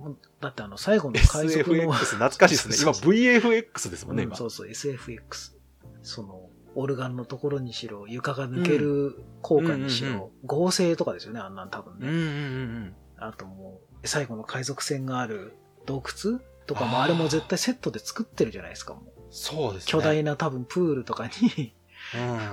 [SPEAKER 2] もうだってあの、最後の海賊
[SPEAKER 1] SFX
[SPEAKER 2] の。
[SPEAKER 1] 懐かしいですね今 VFX ですもんね
[SPEAKER 2] う
[SPEAKER 1] 今、
[SPEAKER 2] ん、そうそう、SFX。その、オルガンのところにしろ、床が抜ける効果にしろ、
[SPEAKER 1] うんうんうん
[SPEAKER 2] 合成とかですよね、あんなん多分
[SPEAKER 1] うん
[SPEAKER 2] ね。
[SPEAKER 1] うんうん
[SPEAKER 2] あともう、最後の海賊船がある洞窟とかも、あれも絶対セットで作ってるじゃないですか、もう
[SPEAKER 1] うん。そうですね。
[SPEAKER 2] 巨大な多分プールとかに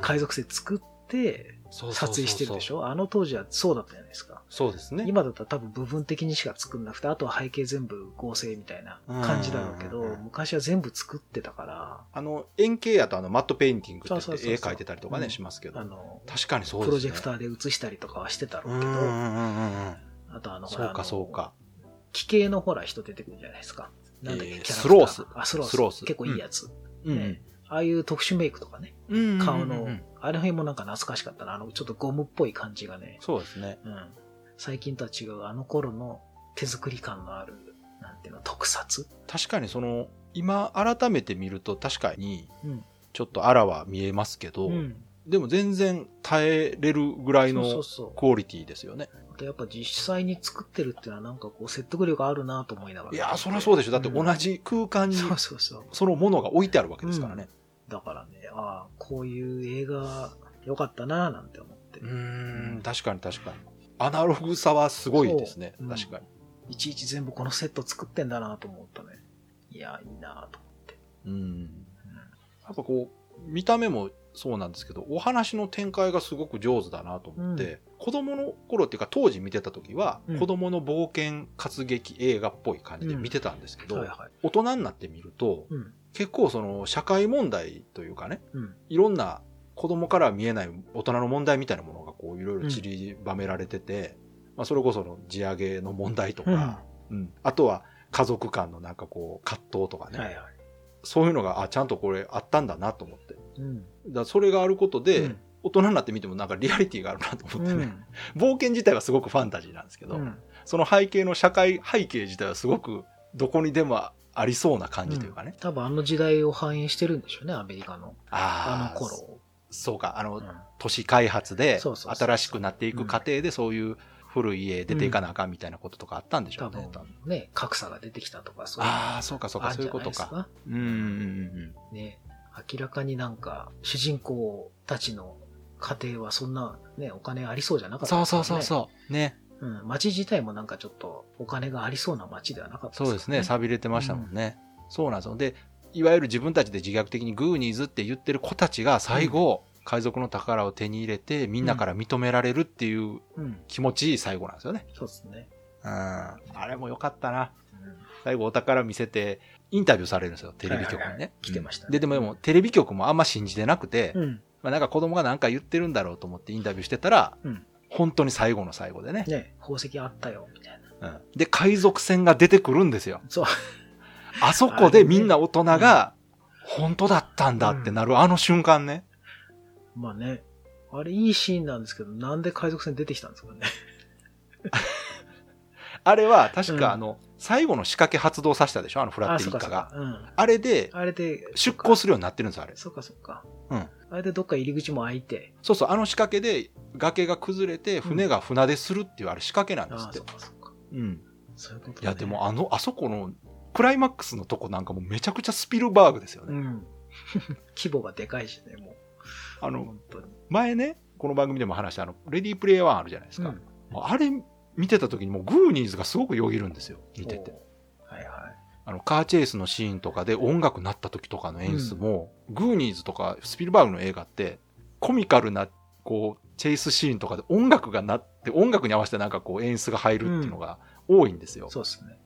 [SPEAKER 2] 海賊船作って
[SPEAKER 1] そうそうそうそう
[SPEAKER 2] 撮影してるでしょあの当時はそうだったじゃないですか。
[SPEAKER 1] そうですね。
[SPEAKER 2] 今だったら多分部分的にしか作んなくて、あとは背景全部合成みたいな感じだろうけ
[SPEAKER 1] う
[SPEAKER 2] ど、
[SPEAKER 1] んうんうんうん
[SPEAKER 2] 昔は全部作ってたから、
[SPEAKER 1] あの、円形やとあの、マットペインティングって言
[SPEAKER 2] そ
[SPEAKER 1] っ
[SPEAKER 2] うそう
[SPEAKER 1] て
[SPEAKER 2] そ
[SPEAKER 1] 絵
[SPEAKER 2] うそう
[SPEAKER 1] 描いてたりとか
[SPEAKER 2] う
[SPEAKER 1] ね、
[SPEAKER 2] ん
[SPEAKER 1] しますけど
[SPEAKER 2] あ。の、
[SPEAKER 1] 確かにそうですね。
[SPEAKER 2] プロジェクターで映したりとかはしてたろ
[SPEAKER 1] う
[SPEAKER 2] うんけ
[SPEAKER 1] う
[SPEAKER 2] ど、
[SPEAKER 1] んうんうんうん。
[SPEAKER 2] あとあの、ほら
[SPEAKER 1] そうか
[SPEAKER 2] あの
[SPEAKER 1] そうか。
[SPEAKER 2] 奇形のほら人出てくるじゃないですか。なんだっけ、
[SPEAKER 1] えー
[SPEAKER 2] キャラク
[SPEAKER 1] ス
[SPEAKER 2] タ
[SPEAKER 1] ロース
[SPEAKER 2] あ、スロース。
[SPEAKER 1] スロース
[SPEAKER 2] 結構いいやつ。
[SPEAKER 1] うん
[SPEAKER 2] ねああいう特殊メイクとかね、
[SPEAKER 1] うんうんうんうん
[SPEAKER 2] 顔の、あの辺もなんか懐かしかったな。あの、ちょっとゴムっぽい感じがね、
[SPEAKER 1] そうですね。
[SPEAKER 2] うん。最近とは違う、あの頃の手作り感のある、なんていうの、特撮
[SPEAKER 1] 確かにその、今改めて見ると確かに
[SPEAKER 2] うん、
[SPEAKER 1] ちょっとあらは見えますけど、でも全然耐えれるぐらい
[SPEAKER 2] そうそう
[SPEAKER 1] の
[SPEAKER 2] そう。
[SPEAKER 1] クオリティですよね。
[SPEAKER 2] あとやっぱ実際に作ってるっていうのはなんかこう説得力あるなと思いながら。
[SPEAKER 1] いやー、そりゃそうでしょ。だって
[SPEAKER 2] うん
[SPEAKER 1] 同じ空間に
[SPEAKER 2] そうそうそう。
[SPEAKER 1] そのものが置いてあるわけですからね。
[SPEAKER 2] だからね、ああ、こういう映画良かったななんて思って。
[SPEAKER 1] うーん、確かに確かに。アナログさはすごいですね
[SPEAKER 2] そ。う
[SPEAKER 1] 確かに。
[SPEAKER 2] いちいち全部このセット作ってんだなと思ったね。いや、いいなと。
[SPEAKER 1] うん。やっぱこう、見た目もそうなんですけど、お話の展開がすごく上手だなと思って、子供の頃っていうか当時見てた時は、
[SPEAKER 2] うん
[SPEAKER 1] 子供の冒険活劇映画っぽい感じで見てたんですけど、
[SPEAKER 2] はいはい。
[SPEAKER 1] 大人になってみると、
[SPEAKER 2] うん。
[SPEAKER 1] 結構その社会問題というかね、
[SPEAKER 2] うん。
[SPEAKER 1] いろんな子供からは見えない大人の問題みたいなものがこういろいろ散りばめられてて、まあそれこその地上げの問題とか、うんあとは家族間のなんかこう葛藤とかね、
[SPEAKER 2] はいは
[SPEAKER 1] そういうのがあちゃんとこれあったんだなと思ってだか
[SPEAKER 2] い。うん。
[SPEAKER 1] らそれがあることで、
[SPEAKER 2] うん
[SPEAKER 1] 大人になってみてもなんかリアリティがあるなと思って
[SPEAKER 2] う
[SPEAKER 1] ね、
[SPEAKER 2] ん
[SPEAKER 1] 冒険自体はすごくファンタジーなんですけど、
[SPEAKER 2] うん
[SPEAKER 1] その背景の社会背景自体はすごくどこにでもありそうな感じというかね、
[SPEAKER 2] 多分あの時代を反映してるんでしょうね、アメリカの。
[SPEAKER 1] あ
[SPEAKER 2] あ
[SPEAKER 1] ー
[SPEAKER 2] の頃を。
[SPEAKER 1] そうかあの、
[SPEAKER 2] うん
[SPEAKER 1] 都市開発で
[SPEAKER 2] そうそうそう
[SPEAKER 1] 新しくなっていく過程でそういう古い家出ていかなあかんみたいなこととかあったんでしょ
[SPEAKER 2] 多
[SPEAKER 1] うね
[SPEAKER 2] 分。ね、格差が出てきたとか、そういう。
[SPEAKER 1] ああ、そうかそうか、
[SPEAKER 2] あるん
[SPEAKER 1] そう
[SPEAKER 2] じ
[SPEAKER 1] いう
[SPEAKER 2] ゃ
[SPEAKER 1] こ
[SPEAKER 2] ない
[SPEAKER 1] と
[SPEAKER 2] です
[SPEAKER 1] か。
[SPEAKER 2] か。
[SPEAKER 1] うんうんうん
[SPEAKER 2] ね、明らかになんか、主人公たちの家庭はそんな、ね、お金ありそうじゃな
[SPEAKER 1] うん。
[SPEAKER 2] かった
[SPEAKER 1] そう
[SPEAKER 2] ですか
[SPEAKER 1] そ
[SPEAKER 2] ら
[SPEAKER 1] うそうそ
[SPEAKER 2] ね
[SPEAKER 1] う。ね。
[SPEAKER 2] うん、街自体もなんかちょっとお金がありそうな街ではなかった
[SPEAKER 1] そうですね。
[SPEAKER 2] から
[SPEAKER 1] 寂れてましたもんね。そうなんですよ。で、いわゆる自分たちで自虐的にグーニーズって言ってる子たちが最後、海賊の宝を手に入れてみんなから認められるっていう
[SPEAKER 2] うん、
[SPEAKER 1] 気持ちいい最後なんですよね。
[SPEAKER 2] そうですね。
[SPEAKER 1] うん。あれも良かったな。
[SPEAKER 2] うん
[SPEAKER 1] 最後お宝見せて、インタビューされるんですよ、テレビ局にね。
[SPEAKER 2] はいはいはい来てましたね
[SPEAKER 1] で、でもでも、テレビ局もあんま信じてなくて、
[SPEAKER 2] うん。
[SPEAKER 1] まあなんか子供が何か言ってるんだろうと思ってインタビューしてたら、
[SPEAKER 2] うん
[SPEAKER 1] 本当に最後の最後でね、
[SPEAKER 2] ね、宝石あったよ、みたいな。
[SPEAKER 1] うんで、海賊船が出てくるんですよ。
[SPEAKER 2] そう。
[SPEAKER 1] あそこでみんな大人が、本当だったんだってなる、あの瞬間ね。
[SPEAKER 2] まあね、あれいいシーンなんですけど、なんで海賊船出てきたんで すかね。
[SPEAKER 1] あれは確
[SPEAKER 2] うん
[SPEAKER 1] かあの、最後の仕掛け発動させたでしょあのフラッ
[SPEAKER 2] あ、
[SPEAKER 1] テ
[SPEAKER 2] そ
[SPEAKER 1] リ
[SPEAKER 2] っ
[SPEAKER 1] ッ
[SPEAKER 2] か
[SPEAKER 1] カ
[SPEAKER 2] そ
[SPEAKER 1] が
[SPEAKER 2] っか。。うん。
[SPEAKER 1] あれで
[SPEAKER 2] あれで、
[SPEAKER 1] 出港
[SPEAKER 2] す
[SPEAKER 1] するようになってるんですよ、あれ。
[SPEAKER 2] そっかそっか。
[SPEAKER 1] うん
[SPEAKER 2] あれでどっか入り口も開いて。
[SPEAKER 1] そうそう、あの仕掛けで崖が崩れて船が船でするっていうあれ仕掛けなんです
[SPEAKER 2] あ
[SPEAKER 1] っ
[SPEAKER 2] あ、
[SPEAKER 1] て
[SPEAKER 2] そっ。かそっか。
[SPEAKER 1] うん。
[SPEAKER 2] そういうこと、ね、
[SPEAKER 1] いや、でも、あの、あそこの、クライマックスのとこなんかもうめちゃくちゃスピルバーグですよ
[SPEAKER 2] う
[SPEAKER 1] ね。
[SPEAKER 2] ん。 規模がでかいしね、もう。
[SPEAKER 1] あの、
[SPEAKER 2] 本当に。
[SPEAKER 1] 前ね、この番組でも話したあの、レディープレイヤー1あるじゃないですか。
[SPEAKER 2] うん
[SPEAKER 1] あれ見てた時にもうグーニーズがすごくよぎるんですよ。見てて。。
[SPEAKER 2] おーはいはい。
[SPEAKER 1] あの、カーチェイスのシーンとかで音楽なった時とかの演出も、グーニーズとかスピルバーグの映画って、コミカルな、こう、チェイスシーンとかで音楽がなって、音楽に合わせてなんかこう演出が入るっていうのが多いんですよ。
[SPEAKER 2] そうですね。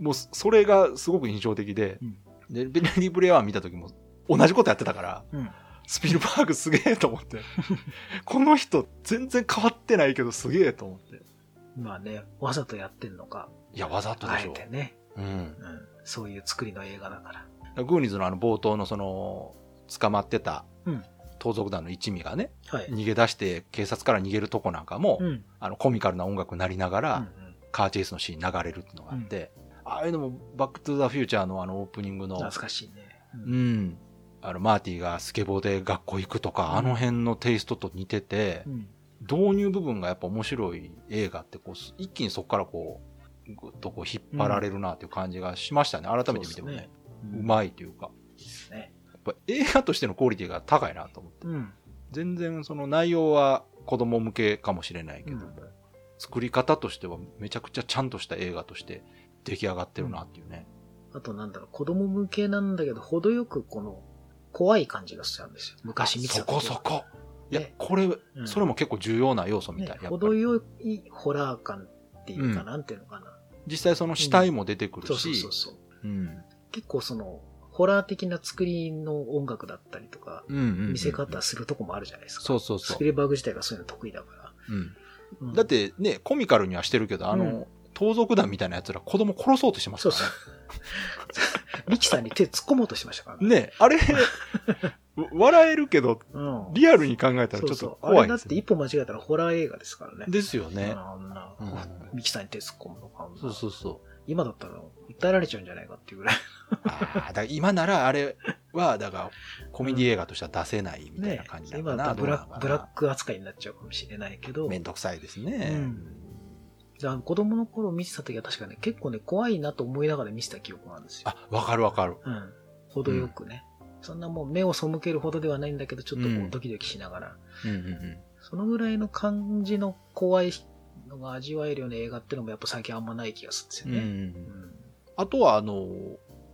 [SPEAKER 1] もうそそれがすごく印象的で、
[SPEAKER 2] うん
[SPEAKER 1] でレディープレイヤー1見た時も同じことやってたから、
[SPEAKER 2] うん
[SPEAKER 1] スピルバーグすげえと思 って、この人全然変わってないけどすげえと思って。
[SPEAKER 2] まあね、わざとやってんのか、
[SPEAKER 1] いや、わざとで
[SPEAKER 2] あ
[SPEAKER 1] し
[SPEAKER 2] え
[SPEAKER 1] ょ。
[SPEAKER 2] てね、
[SPEAKER 1] うん。
[SPEAKER 2] うん、そういう作りの映画だから。
[SPEAKER 1] グーニーズのあの冒頭のその、捕まってた
[SPEAKER 2] うん
[SPEAKER 1] 盗賊団の一味がね、
[SPEAKER 2] はい。
[SPEAKER 1] 逃げ出して警察から逃げるとこなんかも、
[SPEAKER 2] うん。
[SPEAKER 1] あのコミカルな音楽になりながら、
[SPEAKER 2] うん
[SPEAKER 1] カーチェイスのシーン流れるっていうのがあって、ああいうのもバックトゥザフューチャーのあのオープニングの、
[SPEAKER 2] 懐かしいね。うん
[SPEAKER 1] うん。あの、マーティがスケボーで学校行くとか、
[SPEAKER 2] うん
[SPEAKER 1] あの辺のテイストと似てて、
[SPEAKER 2] うん
[SPEAKER 1] 導入部分がやっぱ面白い映画って、こう、す一気にそこからこう、ぐっとこう引っ張られるなっていう感じがしましたね。改めて見てもね。う
[SPEAKER 2] うま
[SPEAKER 1] まいというか。
[SPEAKER 2] いですね。
[SPEAKER 1] やっぱ映画としてのクオリティが高いなと思って。
[SPEAKER 2] うん。
[SPEAKER 1] 全然その内容は子供向けかもしれないけども、
[SPEAKER 2] うん
[SPEAKER 1] 作り方としてはめちゃくちゃちゃんとした映画として出来上がってるなっていうね。
[SPEAKER 2] あとなんだろう、子供向けなんだけど、程よくこの、怖い感じがしちゃうんですよ。昔見てた
[SPEAKER 1] そこそこ。いや
[SPEAKER 2] ね、
[SPEAKER 1] これ、
[SPEAKER 2] うん
[SPEAKER 1] それも結構重要な要素みたい。
[SPEAKER 2] ね
[SPEAKER 1] やっぱり
[SPEAKER 2] 程よいホラー感っていうか、
[SPEAKER 1] うん
[SPEAKER 2] なんていうのかな。
[SPEAKER 1] 実際その死体も出てく
[SPEAKER 2] そ
[SPEAKER 1] る
[SPEAKER 2] うそう
[SPEAKER 1] し
[SPEAKER 2] そう、そう。
[SPEAKER 1] うん
[SPEAKER 2] 結構その、ホラー的な作りの音楽だったりとか、
[SPEAKER 1] うんうんうん
[SPEAKER 2] 見せ方するとこもあるじゃないですか。
[SPEAKER 1] そうそうそ
[SPEAKER 2] ス
[SPEAKER 1] う
[SPEAKER 2] ピ、ルバーグ自体がそういうの得意だか
[SPEAKER 1] うん
[SPEAKER 2] ら。うん
[SPEAKER 1] だっ、てね、コミカルにはしてるけど、あの、
[SPEAKER 2] うん
[SPEAKER 1] 盗賊団みたいな奴ら子供殺そうとしてます
[SPEAKER 2] そう
[SPEAKER 1] か
[SPEAKER 2] そう。ミキさんに手突っ込もうとしましたから
[SPEAKER 1] らね。ね、あれ、笑えるけど、
[SPEAKER 2] うん。
[SPEAKER 1] リアルに考えたらち
[SPEAKER 2] そ
[SPEAKER 1] ょ
[SPEAKER 2] う
[SPEAKER 1] っ
[SPEAKER 2] そう
[SPEAKER 1] と
[SPEAKER 2] あ
[SPEAKER 1] 怖
[SPEAKER 2] れ
[SPEAKER 1] い
[SPEAKER 2] だ
[SPEAKER 1] で
[SPEAKER 2] っ
[SPEAKER 1] す
[SPEAKER 2] て
[SPEAKER 1] ね。
[SPEAKER 2] 一歩間違えたらホラー映画ですからね。
[SPEAKER 1] ですよね。
[SPEAKER 2] あんな、
[SPEAKER 1] うん
[SPEAKER 2] ミキさんに手突っ込むのか。あんな
[SPEAKER 1] そうそうそう。
[SPEAKER 2] 今だったら訴えられちゃうんじゃないかっていうぐらい。
[SPEAKER 1] ああ、だから今ならあれは、だから、コメディ映画としては出せないみたいな
[SPEAKER 2] ね
[SPEAKER 1] 感じなの
[SPEAKER 2] 今
[SPEAKER 1] か
[SPEAKER 2] だ
[SPEAKER 1] な。
[SPEAKER 2] とブラ
[SPEAKER 1] どうなのかな
[SPEAKER 2] ブラック扱いになっちゃうかもしれないけど、
[SPEAKER 1] めんどくさいですね。
[SPEAKER 2] うんじゃあ子供の頃見てた時は確かね、結構ね、怖いなと思いながら見てた記憶なんですよ。
[SPEAKER 1] あ、わかるわかる。
[SPEAKER 2] うん。程よくね。そんなもう目を背けるほどではないんだけど、ちょっとこ
[SPEAKER 1] う
[SPEAKER 2] うんドキドキしながら。
[SPEAKER 1] うんうんうん。
[SPEAKER 2] そのぐらいの感じの怖いのが味わえるような映画ってのもやっぱ最近あんまない気がするんですよね。うん。
[SPEAKER 1] あとは、あの、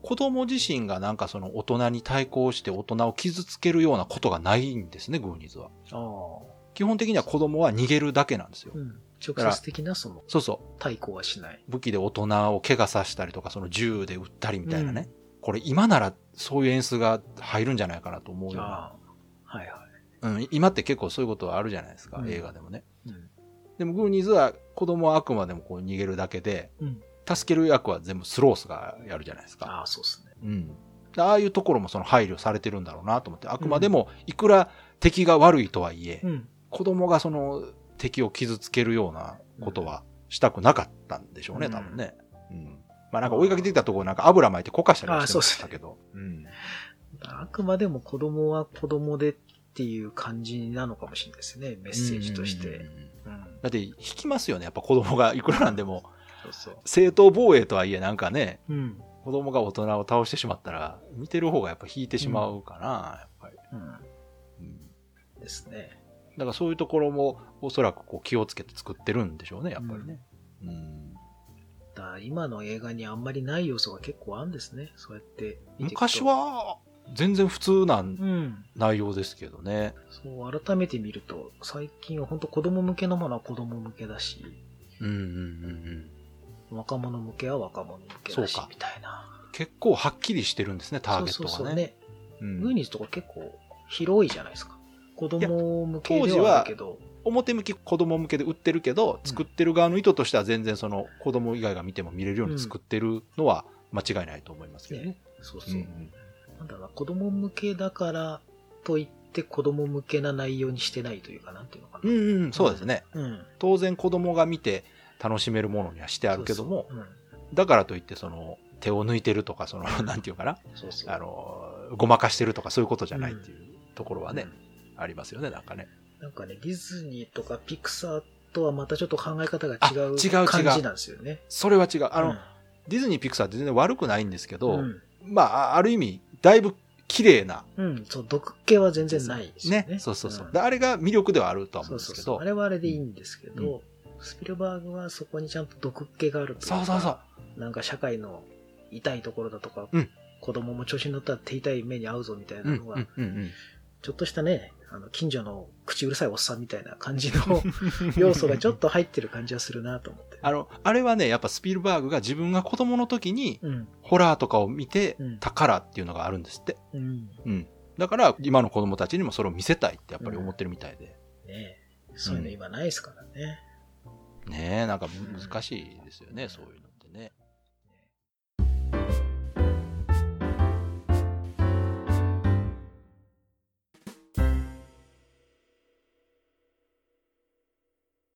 [SPEAKER 1] 子供自身がなんかその大人に対抗して大人を傷つけるようなことがないんですね、グーニーズは。
[SPEAKER 2] あ
[SPEAKER 1] 基本的には子供は逃げるだけなんですよ
[SPEAKER 2] あ。。うん。直接的なその
[SPEAKER 1] そうそう。
[SPEAKER 2] 対抗はしない。
[SPEAKER 1] 武器で大人を怪我させたりとか、その銃で撃ったりみたいなね。これ今ならそういう演出が入るんじゃないかなと思うような。
[SPEAKER 2] ああ。はいは
[SPEAKER 1] うん、今って結構そういうことはあるじゃないですか、
[SPEAKER 2] うん
[SPEAKER 1] 映画でもね。
[SPEAKER 2] い。うん。
[SPEAKER 1] でもグーニーズは子供はあくまでもこう逃げるだけで、
[SPEAKER 2] うん
[SPEAKER 1] 助ける役は全部スロースがやるじゃないですか。
[SPEAKER 2] ああ、そうですね。
[SPEAKER 1] うん、でああいうところもその配慮されてるんだろうなと思って、あくまでもいくら敵が悪いとはいえ、
[SPEAKER 2] うん。
[SPEAKER 1] 子供がその敵を傷つけるようなことはしたくなかったんでしょうね、
[SPEAKER 2] うん
[SPEAKER 1] 多分ね。うんまあなんか追いかけてきたところなんか油巻いてこかしたりはしてましたけど。うん
[SPEAKER 2] あくまでも子供は子供でっていう感じなのかもしれないですね。メッセージとし
[SPEAKER 1] うん
[SPEAKER 2] て。
[SPEAKER 1] うんうんうん
[SPEAKER 2] うん。
[SPEAKER 1] だって引きますよね、やっぱ子供がいくらなんでも。
[SPEAKER 2] そうそう。
[SPEAKER 1] 正当防衛とはいえなんかね、
[SPEAKER 2] うん。
[SPEAKER 1] 子供が大人を倒してしまったら、見てる方がやっぱ引いてしまうかな、やっぱり。
[SPEAKER 2] うん。
[SPEAKER 1] うん
[SPEAKER 2] ですね。
[SPEAKER 1] だからそういうところもおそらくこう気をつけて作ってるんでしょうね、やっぱりね。うん
[SPEAKER 2] だから今の映画にあんまりない要素が結構あるんですね。そうやって見ていくと
[SPEAKER 1] 昔は全然普通な
[SPEAKER 2] うん。
[SPEAKER 1] 内容ですけどね。
[SPEAKER 2] そう、改めて見ると、最近は本当子供向けのものは子供向けだし、
[SPEAKER 1] うんうんうんうん、
[SPEAKER 2] 若者向けは若者向けだし
[SPEAKER 1] そうか、
[SPEAKER 2] みたいな。
[SPEAKER 1] 結構はっきりしてるんですね、ターゲット
[SPEAKER 2] そうそうそ
[SPEAKER 1] が
[SPEAKER 2] う
[SPEAKER 1] ね。
[SPEAKER 2] ね。
[SPEAKER 1] うん
[SPEAKER 2] ムーニーズとか結構広いじゃないですか。子供向け
[SPEAKER 1] 当時
[SPEAKER 2] で
[SPEAKER 1] は
[SPEAKER 2] はあるけど、
[SPEAKER 1] 表向き子供向けで売ってるけど、
[SPEAKER 2] うん
[SPEAKER 1] 作ってる側の意図としては全然その子供以外が見ても見れるように作ってるのは間違いないと思いますけどね。
[SPEAKER 2] ね、そうそう。
[SPEAKER 1] うん
[SPEAKER 2] なんだろうな、子供向けだからといって子供向けな内容にしてないというか、なんていうのか
[SPEAKER 1] う
[SPEAKER 2] な。
[SPEAKER 1] んうん、そうですね。
[SPEAKER 2] うん。
[SPEAKER 1] 当然子供が見て楽しめるものにはしてあるけども、
[SPEAKER 2] そうそう
[SPEAKER 1] だからといってその手を抜いてるとかその なんていうかな
[SPEAKER 2] うんそうそう。
[SPEAKER 1] あのごまかしてるとかそういうことじゃないっていうところはね、ありますよねなんかね
[SPEAKER 2] なんかね、ディズニーとかピクサーとはまたちょっと考え方が
[SPEAKER 1] あ
[SPEAKER 2] 違う
[SPEAKER 1] 違う違う
[SPEAKER 2] 感じなんですよね。
[SPEAKER 1] それは違うあの、
[SPEAKER 2] うん
[SPEAKER 1] ディズニーピクサーって全然悪くないんですけど、
[SPEAKER 2] うん
[SPEAKER 1] まあある意味だいぶ綺麗な
[SPEAKER 2] うん、そう、毒気は全然ないですよ
[SPEAKER 1] ね
[SPEAKER 2] ね。
[SPEAKER 1] そうそうそう、
[SPEAKER 2] ん
[SPEAKER 1] であれが魅力ではあるとは思うん
[SPEAKER 2] そう
[SPEAKER 1] です
[SPEAKER 2] そう
[SPEAKER 1] け
[SPEAKER 2] そう
[SPEAKER 1] ど
[SPEAKER 2] あれはあれでいいんですけど、スピルバーグはそこにちゃんと毒気があるという
[SPEAKER 1] そ
[SPEAKER 2] か
[SPEAKER 1] うそうそう
[SPEAKER 2] なんか社会の痛いところだとか、
[SPEAKER 1] うん
[SPEAKER 2] 子供も調子に乗ったら手痛い目に遭うぞみたいな
[SPEAKER 1] うん
[SPEAKER 2] のが、
[SPEAKER 1] うんうんうん
[SPEAKER 2] ちょっとしたね、あの近所の口うるさいおっさんみたいな感じの要素がちょっと入ってる感じはするなと思って。
[SPEAKER 1] あのあれはねやっぱスピルバーグが自分が子供の時に
[SPEAKER 2] うん。
[SPEAKER 1] ホラーとかを見て
[SPEAKER 2] うん
[SPEAKER 1] 宝っていうのがあるんですって、
[SPEAKER 2] うん。
[SPEAKER 1] うん、だから今の子供たちにもそれを見せたいってやっぱり思ってるみたいで、
[SPEAKER 2] ねそういうの今ないですからね。
[SPEAKER 1] ねえ、なんか難しいですよね、そういうのってね。